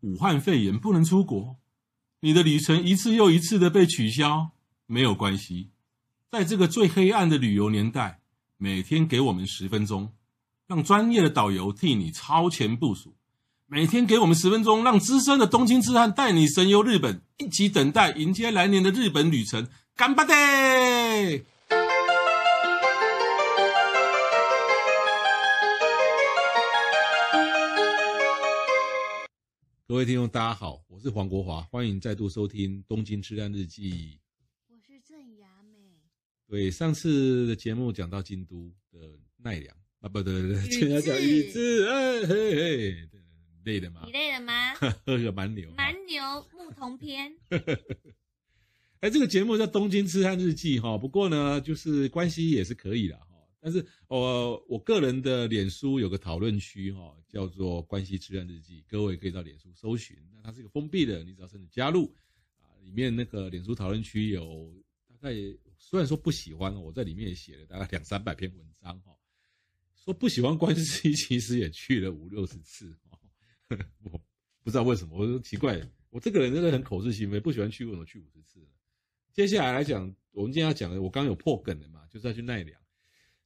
武汉肺炎不能出国，你的旅程一次又一次的被取消，没有关系。在这个最黑暗的旅游年代，每天给我们十分钟，让专业的导游替你超前部署；每天给我们十分钟，让资深的东京之汉带你神游日本，一起等待迎接来年的日本旅程。干巴爹！各位听众，大家好，我是黄国华，欢迎再度收听《东京吃蛋日记》。我是郑雅美，对，上次的节目讲到京都的奈良啊，不对对对，宇治现在讲宇治，哎嘿嘿，对累的嘛你，累了吗？喝个蛮牛。蛮牛牧童篇，哎，这个节目叫《东京痴汉日记》哈，不过呢，就是关系也是可以啦。哈。但是呃，我个人的脸书有个讨论区哈，叫做“关系痴汉日记”，各位可以到脸书搜寻。那它是一个封闭的，你只要申请加入啊，里面那个脸书讨论区有大概虽然说不喜欢，我在里面也写了大概两三百篇文章哈，说不喜欢关系， 其实也去了五六十次哦。 我不知道为什么，我说奇怪，我这个人真的很口是心非，不喜欢去，为什么去五十次呢？接下来来讲，我们今天要讲的，我刚刚有破梗了嘛，就是要去奈良。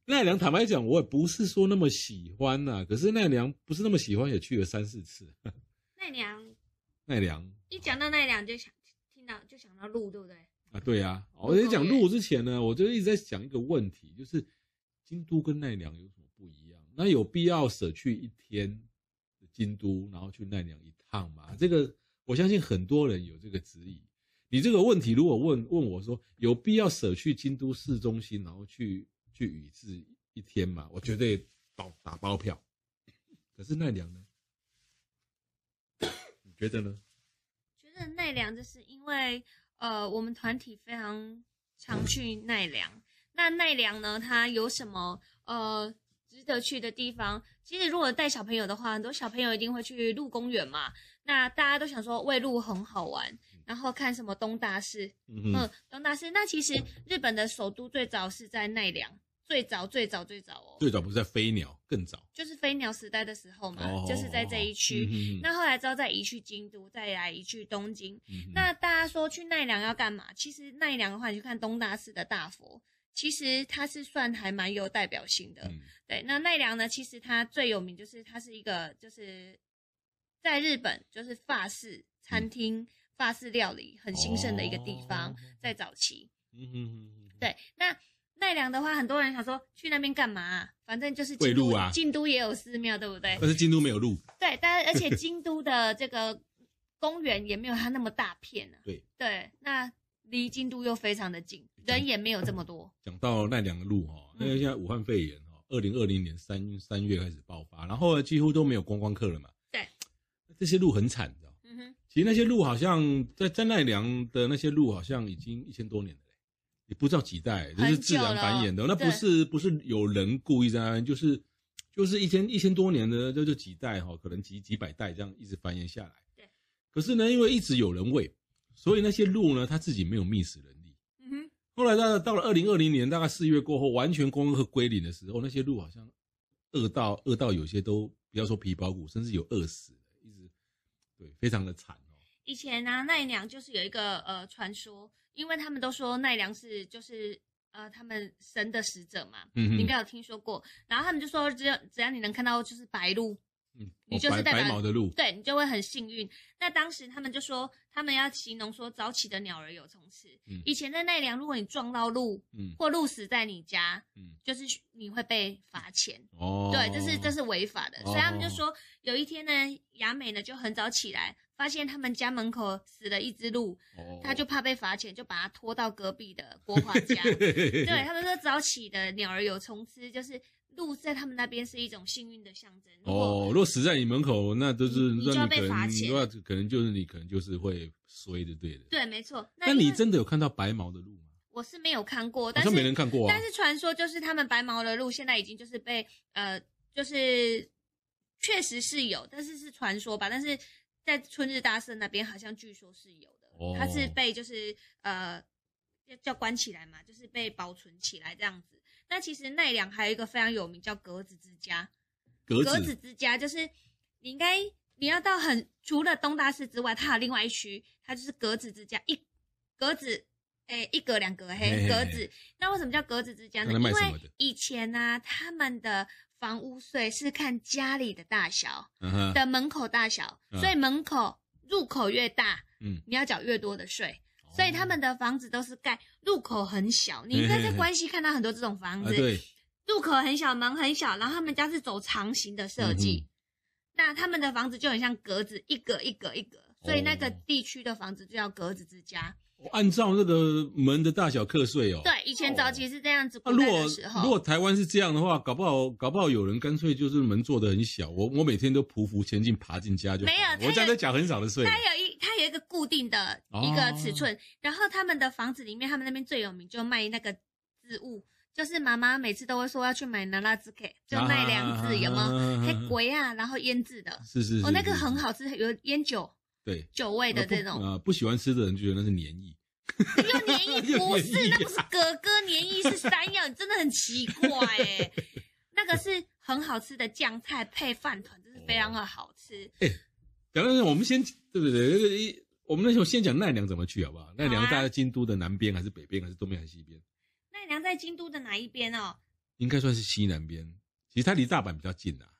奈良坦白讲，我也不是说那么喜欢呐、可是奈良不是那么喜欢，也去了三四次。奈良奈良一讲到奈良就想听到就想到鹿，对不对？啊，对啊，我在讲路之前呢，我就一直在想一个问题，就是京都跟奈良有什么不一样？那有必要舍去一天的京都，然后去奈良一趟吗？这个我相信很多人有这个质疑。你这个问题如果问问我说有必要舍去京都市中心，然后去去宇治一天吗？我绝对包打包票。可是奈良呢？ 你觉得呢？觉得奈良就是因为呃，我们团体非常常去奈良。那奈良呢，它有什么呃值得去的地方？其实如果带小朋友的话，很多小朋友一定会去鹿公园嘛。那大家都想说，喂鹿很好玩，然后看什么东大寺，嗯哼嗯，东大寺。那其实日本的首都最早是在奈良，最早最早最早哦，最早不是在飞鸟，更早。就是飞鸟时代的时候嘛，哦就是在这一区。嗯哼那后来之后再移去京都，再来移去东京。嗯哼那大家说去奈良要干嘛？其实奈良的话，你去看东大寺的大佛，其实它是算还蛮有代表性的。嗯对，那奈良呢，其实它最有名就是它是一个就是在日本就是法式餐厅、法式料理很兴盛的一个地方，嗯哦在早期。嗯哼哼哼，对，那奈良的话，很多人想说去那边干嘛啊、反正就是喂京都鹿啊京都也有寺庙，对不对？但是京都没有路，对，但而且京都的这个公园也没有它那么大片呢、啊对对，那离京都又非常的近，人也没有这么多。讲到奈良的路哦，那嗯个现在武汉肺炎哦，二零二零年三三月开始爆发，然后呢几乎都没有观光客了嘛。对，这些路很惨，你知道吗？嗯哼，其实那些路好像在在奈良的那些路好像已经一千多年了嘞，也不知道几代，这是自然繁衍的。很久了那不对是不是有人故意在那边，就是就是一千一千多年的，这就几代哈、可能几几百代这样一直繁衍下来。对。可是呢，因为一直有人喂，所以那些路呢，它自己没有觅食能力。嗯哼，后来到到了二零二零年，大概四月过后，完全观光客归零的时候，那些路好像饿到饿到有些都不要说皮包骨，甚至有饿死的，一直对非常的惨哦。以前呢、奈良就是有一个呃传说，因为他们都说奈良是就是呃他们神的使者嘛，嗯你应哼该有听说过。然后他们就说，只有只要你能看到就是白鹿，嗯，你哦就白是代表白毛的鹿，对你就会很幸运。那当时他们就说，他们要形容说早起的鸟儿有虫吃。嗯以前在奈良，如果你撞到鹿嗯或鹿死在你家，嗯，就是你会被罚钱。哦，对，这是这是违法的，所以他们就哦说，有一天呢，雅美呢就很早起来，发现他们家门口死了一只鹿，哦，她就怕被罚钱，就把它拖到隔壁的国 华家。对对，他们说早起的鸟儿有虫吃，就是鹿在他们那边是一种幸运的象征。如果哦，如果死在你门口，那就是你你就那要你可被罚能钱那可能就是你可能就是会衰的，对的。对，没错。那因你为真的有看到白毛的鹿吗？我是没有看过，好但是像没人看过啊但。是传说就是他们白毛的鹿现在已经就是被呃，就是确实是有，但是是传说吧。但是在春日大社那边好像据说是有的，哦它是被就是呃叫叫关起来嘛，就是被保存起来这样子。那其实奈良还有一个非常有名叫格子之家，格格子子之家就是你应该你要到很除了东大寺之外，它还有另外一区，它就是格子之家，一格子，哎、一格两格嘿嘿嘿，嘿格子。那为什么叫格子之家呢？那因卖什么的为以前呢、啊他们的房屋税是看家里的大小嗯哼，的门口大小，嗯所以门口入口越大，嗯，哦你要缴越多的税。所以他们的房子都是盖入口很小，你应该在关西看到很多这种房哦子啊，对入口很小，门很小，然后他们家是走长形的设嗯计，那他们的房子就很像格子，一格一格一格，所以那个地区的房子就叫格子之家。哦按照那个门的大小课税哦。对，以前早期是这样子，啊，如古代果的时候，如果台湾是这样的话，搞不好搞不好有人干脆就是门做的很小，我我每天都匍匐前进爬进家就好没有了他有我这样在缴很少的税。它有一它有一个固定的哦一个尺寸，然后他们的房子里面，他们那边最有名就卖那个植物，就是妈妈每次都会说要去买那拉兹克，就那啊两只有没有？有黑鬼啊，然后腌制的，是是是，哦，那个是很，好吃，有烟酒对，酒味的这种。啊，不喜欢吃的人就觉得那是黏液。 用黏液不是，那不是哥哥黏液是山药，你真的很奇怪哎、那个是很好吃的酱菜配饭团，真是非常的好吃。讲到这，我们先对不对？那个一，我们那时候先讲奈良怎么去好不好？奈良好啊大概京都的南边还是北边还是东边还是西边？奈良在京都的哪一边哦？应该算是西南边。其实它离大阪比较近啊，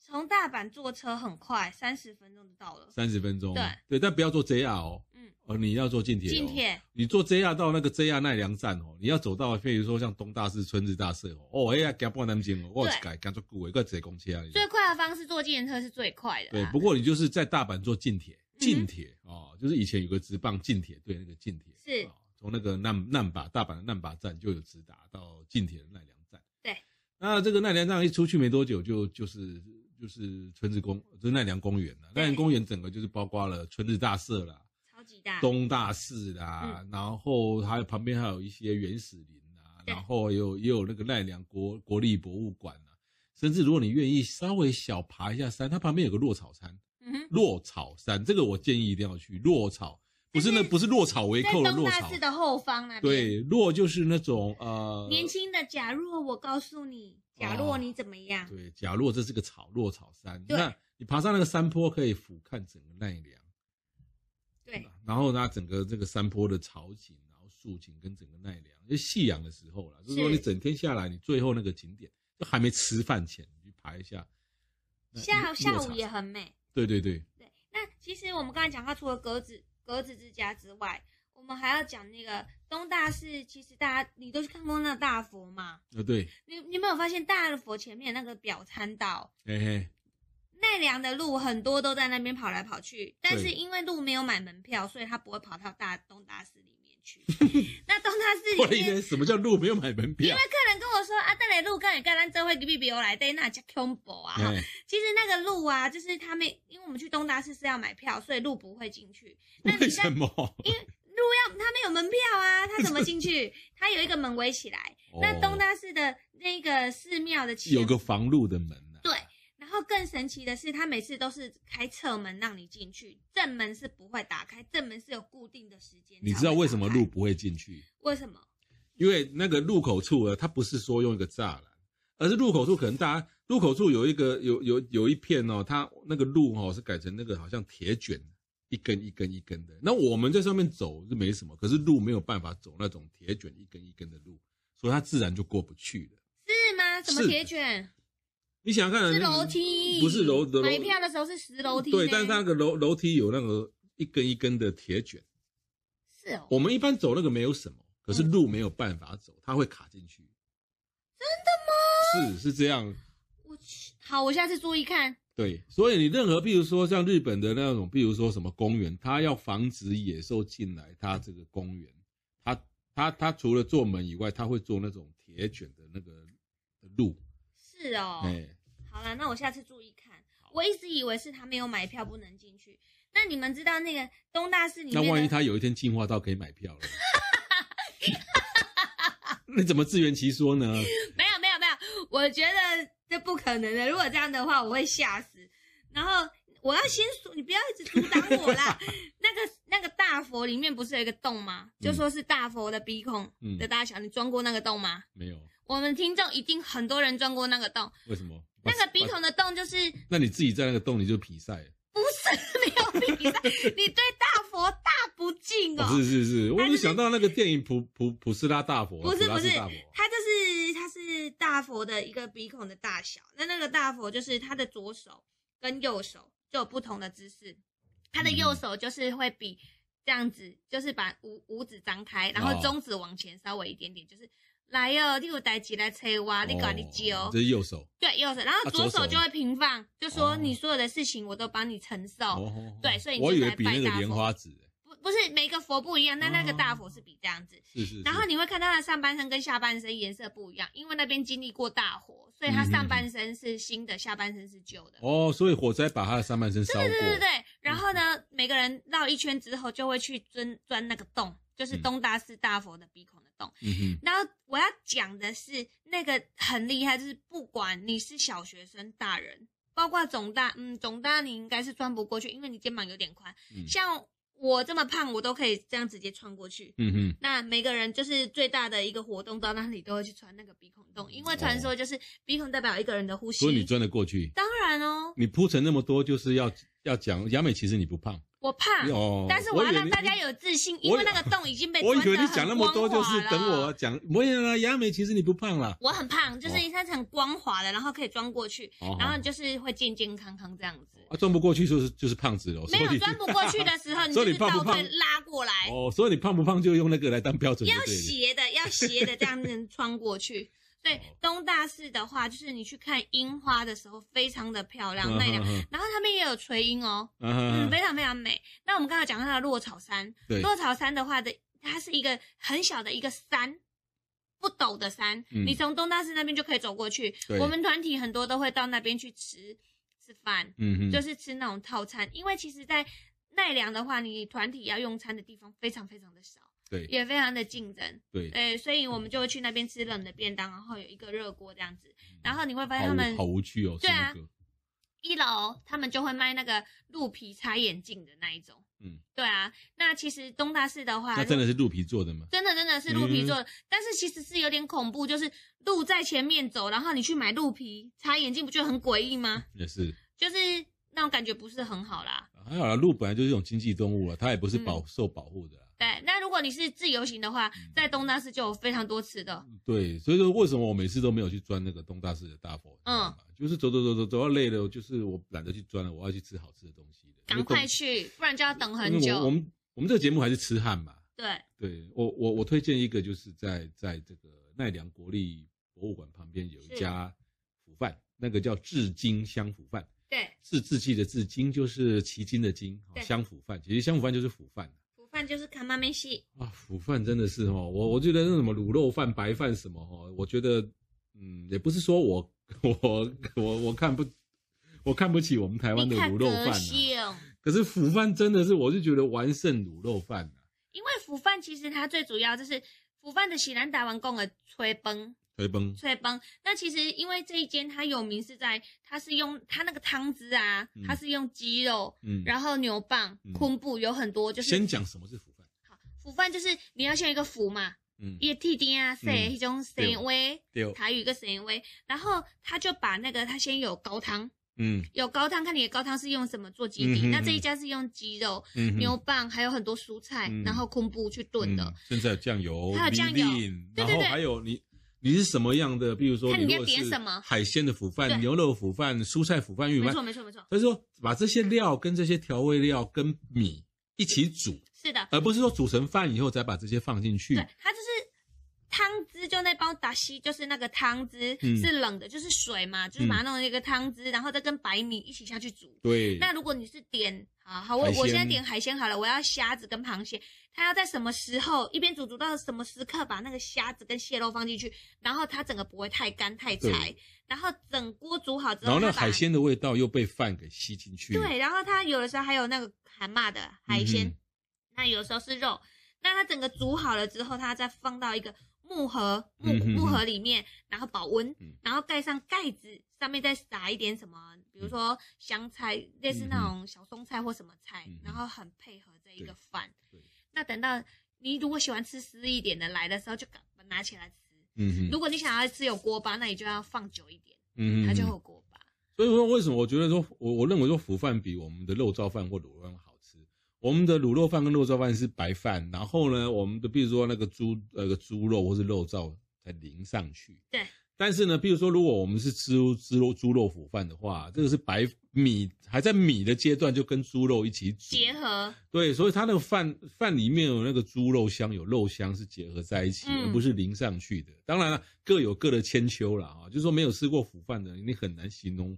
从大阪坐车很快，三十分钟就到了。三十分钟。对但不要坐 JR 哦，嗯，哦，你要坐近铁、哦。近。铁你坐 JR 到那个 JR 奈良站哦，你要走到，譬如说像东大寺、春日大社哦，哦，哎呀，赶不南京哦，我对改赶做古，一个坐公车啊。你知道最快的方式坐计程车是最快的对，啦。不过你就是在大阪坐近铁，啊嗯哼近铁哦，就是以前有个直棒近铁，对，那个近铁是哦从那个难难把大阪的难把站就有直达到近铁的奈良站。对，那这个奈良站一出去没多久就就是就是春日公，就是奈良公园了。对奈良公园整个就是包括了春日大社啦、超级大。东大寺啦，嗯然后还有旁边还有一些原始林啊，对然后也有也有那个奈良国国立博物馆啊，甚至如果你愿意稍微小爬一下山，它旁边有个落草山，嗯哼，落草山这个我建议一定要去。落草不是那就是不是落草为在寇的东落大草寺，的后方那边。，对，落就是那种呃，年轻的，假若我告诉你，假哦若你怎么样？对，假若这是个草落草山，对那你爬上那个山坡可以俯瞰整个奈良。对，然后它整个这个山坡的草景，然后树景跟整个奈良，就夕阳的时候啦，就是说是你整天下来，你最后那个景点就还没吃饭前，你去爬一下。那下落下差午也很美。对对对，对，那其实我们刚才讲到，除了格子格子之家之外，我们还要讲那个东大寺。其实大家你都去看过那个大佛嘛？呃对，你你有没有发现大佛前面那个表参道？嘿嘿，奈良的路很多都在那边跑来跑去，但是对因为路没有买门票，所以他不会跑到大东大寺里面 去。那东大寺我里的意面，思什么叫路没有买门票？客人跟我说啊，这里路跟你跟咱这会比比我来对，那叫恐怖啊！哎，其实那个路啊，就是他们，因为我们去东大寺是要买票，所以路不会进去。那 你为在什么？路要他没有门票啊，他怎么 进去？他有一个门围起来。那哦东大寺的那个寺庙的 前有个防路的门啊呐、对，然后更神奇的是，他每次都是开侧门让你进去，正门是不会打开，正门是有固定的时间。你知道为什么路？不会进去？为什么？因为那个入口处呢，它不是说用一个栅栏，而是入口处可能大家入口处有一个有有有一片哦，它那个路哦是改成那个好像铁卷，一根一根一根的。那我们在上面走是没什么，可是路没有办法走那种铁卷一根一根的路，所以它自然就过不去了。是吗？什么是铁卷？你想想看，啊是那个楼梯？不是楼楼买票的时候是十楼梯呢。对，但是它那个楼楼梯有那个一根一根的铁卷，是哦，我们一般走那个没有什么，可是路没有办法走，它会卡进去。真的吗？是是这样。我去，好，我下次注意看。对，所以你任何，譬如说像日本的那种，譬如说什么公园，它要防止野兽进来，它这个公园，它它它除了做门以外，它会做那种铁卷的那个路，是哦，哎、好了，那我下次注意看。我一直以为是他没有买票不能进去。那你们知道那个东大寺里那面的万一它有一天进化到可以买票 了，你怎么自圆其说呢？没有没有没有，我觉得这不可能的。如果这样的话，我会吓死。然后我要先说，你不要一直阻挡 我啦。那个那个大佛里面不是有一个洞吗？就说是大佛的鼻孔嗯的大小，你钻过那个洞吗？没有，我们听众一定很多人钻过那个洞，为什么？那个鼻把，孔的洞就是那你自己在那个洞里就比赛了，不寺庙比赛， 你对大佛大不敬哦。是是是，我但就是想到那个电影普普普斯拉大佛，不普是拉不斯是大佛，，它就是它是大佛的一个鼻孔的大小。那那个大佛就是它的左手跟右手就有不同的姿势，它的右嗯手就是会比这样子，就是把五五指张开，然后哦中指往前稍微一点点，就是来哟、你有代志来催我，啊你搞你哦揪这。是右手，对，右手，然后啊左左手手就会平放，就哦说你所有的事情我都帮你承受。哦对所以你我就以在为比拜那个大莲佛花指，欸不不是每个佛不一样，那那个大哦佛是比这样子。是是，然后是你会看到它的上半身跟下半身颜色不一样，因为那边经历过大火，所以嗯它上半身是新的，下半身是旧的。哦，所以火灾把他的上半身烧过，嗯对对对对。然后呢，每个人绕一圈之后，就会去钻钻那个洞，就是嗯东大寺大佛的鼻孔的洞。嗯哼，然后我要讲的是，那个很厉害，就是不管你是小学生、大人，包括总大，嗯，总大你应该是钻不过去，因为你肩膀有点宽。嗯像我这么胖，我都可以这样直接穿过去。嗯哼，那每个人就是最大的一个活动到那里都会去穿那个鼻孔洞，因为传说就是鼻孔代表一个人的呼吸嗯哦所以。你钻得过去，当然哦，你铺陈那么多就是要要讲雅美，其实你不胖我怕，哦，啊但是我我以要为让你大家。有自信，因我为那个洞已经被我以钻为得你讲那么多就是很光滑等了我。讲，没有啦，雅美其实你不胖啦。我很胖，就是哦一身很光滑的，然后可以钻过去，哦然后就是会健健康康这样子。啊，钻不过去就是就是胖子喽。没所有以钻不过去的 时候，你所就以你是胖倒不胖退拉过来，哦，所以你胖不胖就用那个来当标准就要对了。斜的，要斜的这样子穿 过去。对哦，东大寺的话，就是你去看樱花的时候，非常的漂亮，那两嗯然后他们也有垂樱哦，嗯嗯嗯，嗯非常非常美。那我们刚才讲到的落草山，对，落草山的话的，它是一个很小的一个山，不陡的山，嗯你从东大寺那边就可以走过去对。我们团体很多都会到那边去吃吃饭，嗯哼，就是吃那种套餐，因为其实，在奈良的话，你团体要用餐的地方非常非常的少，对也非常的竞争，对，对，所以我嗯们就会去那边吃冷的便当，然后有一个热锅这样子，然后你会发嗯现好他无们好无趣哦，对啊是那个一楼他们就会卖那个鹿皮擦眼镜的那一种。嗯，对啊。那其实东大寺的话，那真的是嗯鹿皮做的吗？真的真的是鹿皮做的，但是其实是有点恐怖，就是鹿在前面走，然后你去买鹿皮擦眼镜，不就很诡异吗？也是，就是那种感觉不是很好啦。还好啦，鹿本来就是一种经济动物了，啊它也嗯不是保受保护的啦。对，那如果你是自由行的话，嗯在东大寺就有非常多吃的，对，所以说为什么我每次都没有去钻那个东大寺的大佛？嗯嗯，就是走走走走走到累了，就是我懒得去钻了，我要去吃好吃的东西了。赶快去，不然就要等因为很东，因为我我久。们我们这个节目还是痴汉嘛，对，对我我我推荐一个，就是在在这个奈良国立博物馆旁边有一是家腐饭，那个叫至今香腐饭，对，至自己的至今就是奇经的经，哦对香腐饭，其实香腐饭就是腐饭午饭就是卡妈梅西，啊，腐饭真的是哦，我我觉得那什么卤肉饭、白饭什么哦，我觉得嗯，也不是说我我我我看不我看不起我们台湾的你看卤肉饭、德啊，性。可是腐饭真的是，我就觉得完胜卤肉饭啊，因为腐饭其实它最主要就是腐饭的喜兰达完贡的吹崩推崩，吹崩。那其实因为这一间它有名是在它是用它那个汤汁啊嗯，它是用鸡肉，嗯，然后牛蒡嗯、昆布有很多，就是先讲什么是腐饭，腐饭就是你要先有一个腐嘛，嗯。一个剃丁啊，是嗯一种咸味，对，哦台语一个咸味，然后他就把那个他先有高汤。嗯有高汤，看你的高汤是用什么做基底。嗯哼那这一家是用鸡肉、嗯哼，牛蒡，还有很多蔬菜，嗯然后昆布去炖的。嗯，甚至还有酱油，还有酱油米粒对对然后对还有你你是什么样的，比如说看你如要果点是什么海鲜的腐饭、对牛肉腐饭、蔬菜腐饭、玉米没错，饭，没错，没错。他说把这些料跟这些调味料跟米一起煮，是的，而不是说煮成饭以后再把这些放进啊去对，，它就是汤汁，就那包达西，就是那个汤汁、嗯是冷的，就是水嘛，就是把它弄成一个汤汁，然后再跟白米一起下去煮。对，那如果你是点啊，好，我海鲜我现在点海鲜好了，我要虾子跟螃蟹，它要在什么时候一边煮煮到什么时刻把那个虾子跟蟹肉放进去，然后它整个不会太干太柴对，然后整锅煮好之然后，后那它把海鲜的味道又被饭给吸进去，对，然后它有的时候还有那个蛤蟆的海鲜，嗯哼那有时候是肉。那它整个煮好了之后，它再放到一个木盒木嗯哼木哼盒里面，然后保温嗯，然后盖上盖子，上面再撒一点什么，比如说香菜，类似那嗯种小松菜或什么菜嗯哼，然后很配合这一个对饭对。那等到你如果喜欢吃湿一点的来的时候，就赶快拿起来吃。嗯如哼，果你想要吃有锅巴，那你就要放久一点，嗯它就会哼，有锅巴。所以说，为什么我觉得说，我我认为说，腐饭比我们的肉燥饭或卤肉饭好吃。我们的卤肉饭跟肉燥饭是白饭，然后呢，我们的比如说那个猪呃那个猪肉或是肉燥才淋上去。对。但是呢，比如说，如果我们是吃吃肉猪肉腐饭的话，这个是白米还在米的阶段，就跟猪肉一起煮结合对，所以它那个饭饭里面有那个猪肉香，有肉香是结合在一起，嗯而不是淋上去的。当然了，各有各的千秋啦，啊，就是说没有吃过腐饭的，你很难形容，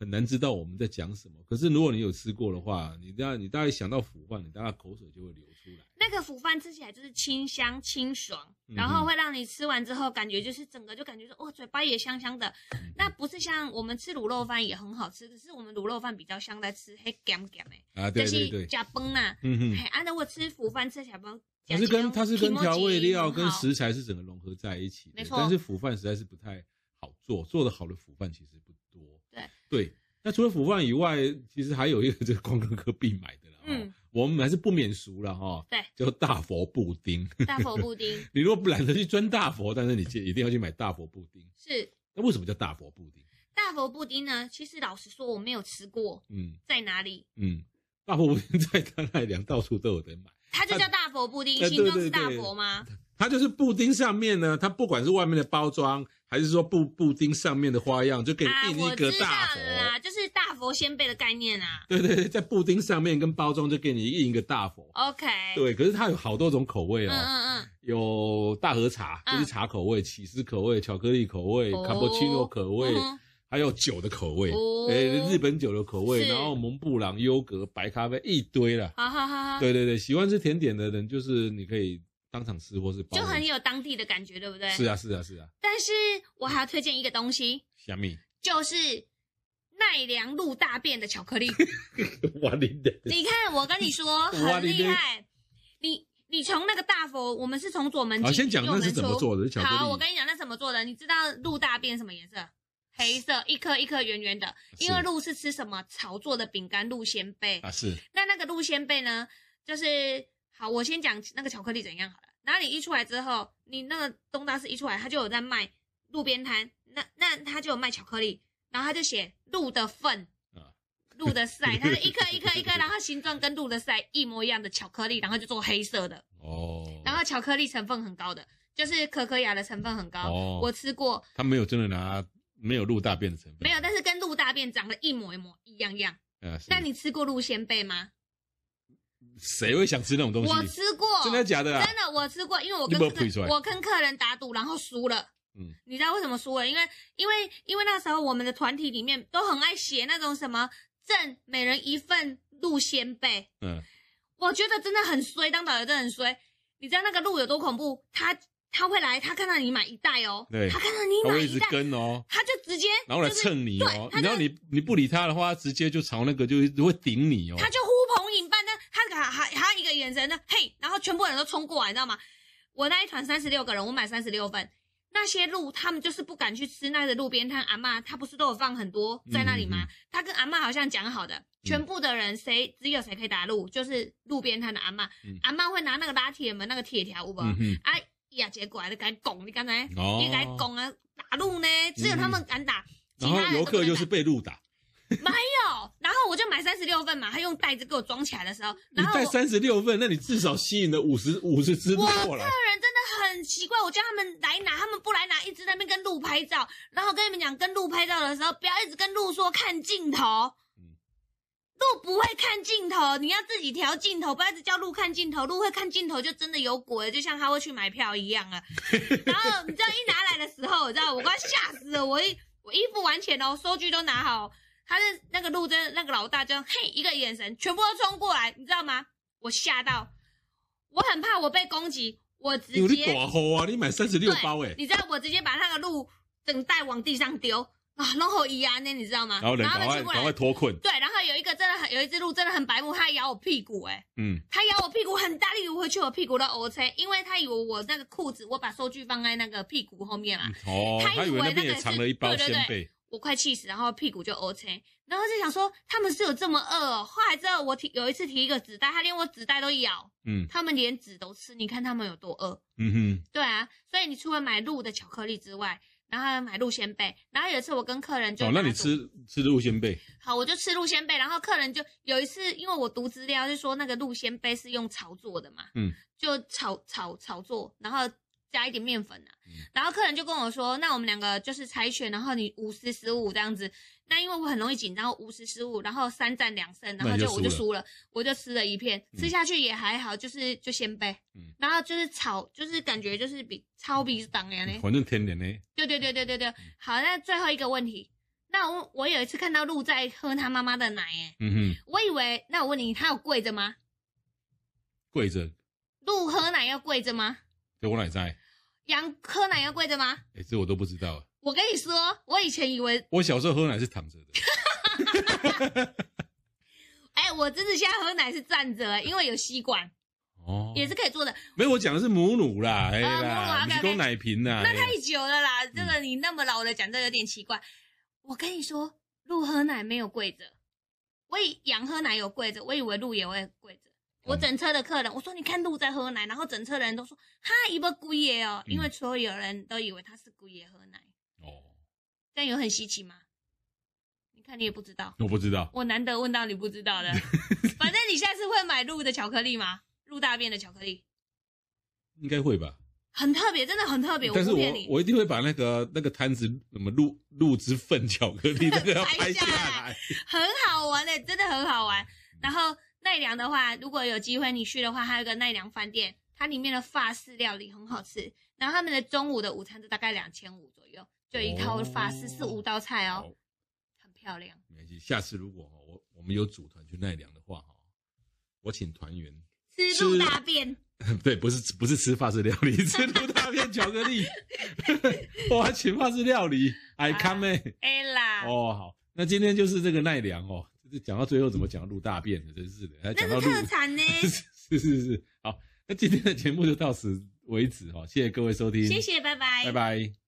很难知道我们在讲什么。可是如果你有吃过的话，你大你大概想到腐饭，你大概口水就会流出来。那个腐饭吃起来就是清香清爽，嗯哼然后会让你吃完之后感觉就是整个就感觉说，哦，嘴巴也香香的。嗯那不是像我们吃卤肉饭也很好吃，只是我们卤肉饭比较像在吃黑咸咸的，啊，对就对是对，加崩呐。嗯哼，哎，啊，那我吃腐饭吃起来不？它是跟它是跟调味料跟食。食材是整个融合在一起的。没错但是腐饭实在是不太好做，做的好的腐饭其实不多。对对。那除了腐饭以外，其实还有一个就是观光客必买的啦。嗯嗯，我们还是不免俗了哈。对，叫大佛布丁。 大佛布丁你如果懒得去钻大佛，但是你去一定要去买大佛布丁。是那为什么叫大佛布丁？大佛布丁呢？其实老实说，我没有吃过，嗯在哪里？嗯，大佛布丁在它那两到处都有人买。它就叫大佛布丁哎，心中对对是大对佛吗？它就是布丁上面呢，它不管是外面的包装，还是说布布丁上面的花样，就给啊，印一我个知道大佛。了啦，就是大佛先辈的概念啊。对对对，在布丁上面跟包装就给你印一个大佛。 OK，对，可是它有好多种口味嗯哦。嗯嗯，有大和茶，嗯就是茶口味、起司口味、巧克力口味、哦卡布奇诺口味，嗯哼还有酒的口味，哦诶，日本酒的口味，是然后蒙布朗、优格、白咖啡一堆啦。好好好好，对对对，喜欢吃甜点的人，就是你可以当场吃或是包就很回有当地的感觉，对不对？去。是。啊是啊是啊，但是我还要推荐一个东西，虾米，就是奈良鹿大便的巧 克力。哇你的，你看，我跟你说， 哇很你厉这害。你你从那个大佛，我们是从左门好，进，先讲右那是门怎么出做的，是巧克力。好，我跟你讲，那怎么做的？你知道鹿大便什么颜色？黑色，一颗一颗圆圆的。因为是鹿是吃什么草做的饼干鹿仙贝。啊是，那那个鹿仙贝呢，就是好，我先讲那个巧克力怎样好了。然后你一出来之后，你那个东大寺一出来，他就有在卖路边摊，那那他就有卖巧克力，然后他就写鹿的粪啊。鹿的塞，它是一颗一颗一颗，然后形状跟鹿的塞一模一样的巧克力，然后就做黑色的，哦，然后巧克力成分很高的，就是可可雅的成分很高。哦我吃过，他没有真的拿没有鹿大便的成分，没有，但是跟鹿大便长得一模一模一样样。啊，是那你吃过鹿仙贝吗？谁会想吃那种东西？我吃过，真的假的啊？真的我吃过，因为我你跟有没有客配出来我跟客人打赌，然后输了。嗯你知道为什么输了？因为因为因为那时候我们的团体里面都很爱写那种什么赠每人一份鹿仙贝，嗯，我觉得真的很衰，当导游真的很衰。你知道那个鹿有多恐怖？他他会来，他看到你买一袋哦，对他看到你他买会一直一袋，跟哦，他就直接然后来就是蹭你哦对，他就然后你你不理他的话，他直接就朝那个就会顶你哦。他就呼朋引伴，那他他他他一个眼神呢，嘿，然后全部人都冲过来，你知道吗？我那一团三十六个人，我买三十六份。那些鹿，他们就是不敢去吃那个路边摊。阿嬷，她不是都有放很多在那里吗？嗯嗯嗯她跟阿嬷好像讲好的，全部的人谁只有谁可以打鹿，就是路边摊的阿嬷。嗯阿嬷会拿那个拉铁门那个铁条，有无？嗯哼，啊，呀，结果你敢拱，你刚才哦你敢拱啊？打鹿呢，只有他们敢打，其嗯然他后人游都不客敢又打是被鹿打，有，然后我就买三十六份嘛，他用袋子给我装起来的时候，你然后带我三十六份，那你至少吸引了五十五十只鹿过来。客人真的很奇怪，我叫他们来拿，他们不来拿，一直在那边跟鹿拍照。然后跟你们讲，跟鹿拍照的时候，不要一直跟鹿说看镜头嗯，鹿不会看镜头，你要自己调镜头，不要一直叫鹿看镜头，鹿会看镜头就真的有鬼了，就像他会去买票 一样啊。然后你知道一拿来的时候，你知道我快吓死了，我一我衣服完钱哦，收据都拿好哦，他是那个陆真那个老大就嘿一个眼神，全部都冲过来，你知道吗？我吓到，我很怕我被攻击，我直有你接多厚啊！你买三十六对包哎，你知道我直接把那个鹿整袋往地上丢啊，然后一安呢，你知道吗？然后人他赶快冲过赶快来，脱困，对，然后有一个真的很有一只鹿真的很白目，它咬我屁股、欸，嗯，他咬我屁股很大力，我回去我屁股都 O C，因为他以为我那个裤子，我把收据放在那个屁股后面嘛，哦，他以他以为为那那边个也是藏了一包对对鲜对贝，我快气死，然后屁股就 O C，然后就想说他们是有这么饿哦。后来之后我提有一次提一个纸袋，他连我纸袋都咬，嗯他们连纸都吃，你看他们有多饿。嗯哼，对啊，所以你除了买鹿的巧克力之外，然后还有买鹿仙贝。然后有一次我跟客人就哦，那你拿走吃吃鹿仙贝，好，我就吃鹿仙贝，然后客人就有一次，因为我读资料就说那个鹿仙贝是用炒做的嘛，嗯，就炒炒炒作，然后加一点面粉啊，嗯然后客人就跟我说，那我们两个就是猜拳，然后你五十十五这样子，那因为我很容易紧张，五十十五，然后三战两胜，然那后你就就我就输输了，我就吃了一片，嗯吃下去也还好，就是就鲜贝，嗯然后就是炒，就是感觉就是比超比当然嘞，嗯反正天然的，对对对对对对，好，那最后一个问题，那我我有一次看到鹿在喝他妈妈的奶、欸，嗯哼，我以为，那我问你，它有跪着吗？跪着，鹿喝奶要跪着吗？这我哪知道？哎、羊喝奶要跪着吗？这我都不知道。我跟你说，我以前以为，我小时候喝奶是躺 着的，哎、我侄子现在喝奶是站着、欸，因为有吸管，哦，也是可以做的。没有，我讲的是母乳啦，哎、母乳啦，啊不是 OK，OK 公奶瓶啦，那哎太久了啦，这个你那么老了讲这有点奇怪。我跟你说，鹿喝奶没有跪着，我以羊喝奶有跪着，我以为鹿也会跪着。嗯我整车的客人，我说你看鹿在喝奶，然后整车的人都说哈一个姑爷哦，嗯因为所有人都以为他是姑爷喝奶，哦，但有很稀奇吗？你看你也不知道，我不知道，我难得问到你不知道 的。反正你下次会买鹿的巧克力吗？鹿大便的巧克力应该会吧。很特别，真的很特别，但是不我骗你。我一定会把那个那个摊子什么鹿鹿之粪巧克力那个要拍拍下下来来。很好玩嘞、真的很好玩。然后奈良的话，如果有机会你去的话，还有一个奈良饭店，它里面的法式料理很好吃。然后他们的中午的午餐就大概两千五左右，就一套法式哦四五道菜好哦，，很漂亮。没关系，下次如果我我们有组团去奈良的话哈，我请团员，吃吃鹿大便， 对，不是不是吃法式料理， 吃鹿大便巧克力， 我还请法式料理，I come 欸哎啦，哦，好，那今天就是这个奈良哦，就是讲到最后怎么讲到鹿大便的，真是的，还那讲到是鹿，特 产呢、 是是是，好，那今天的节目就到此为止哦，谢谢各位收听，谢，谢，拜拜，拜。拜。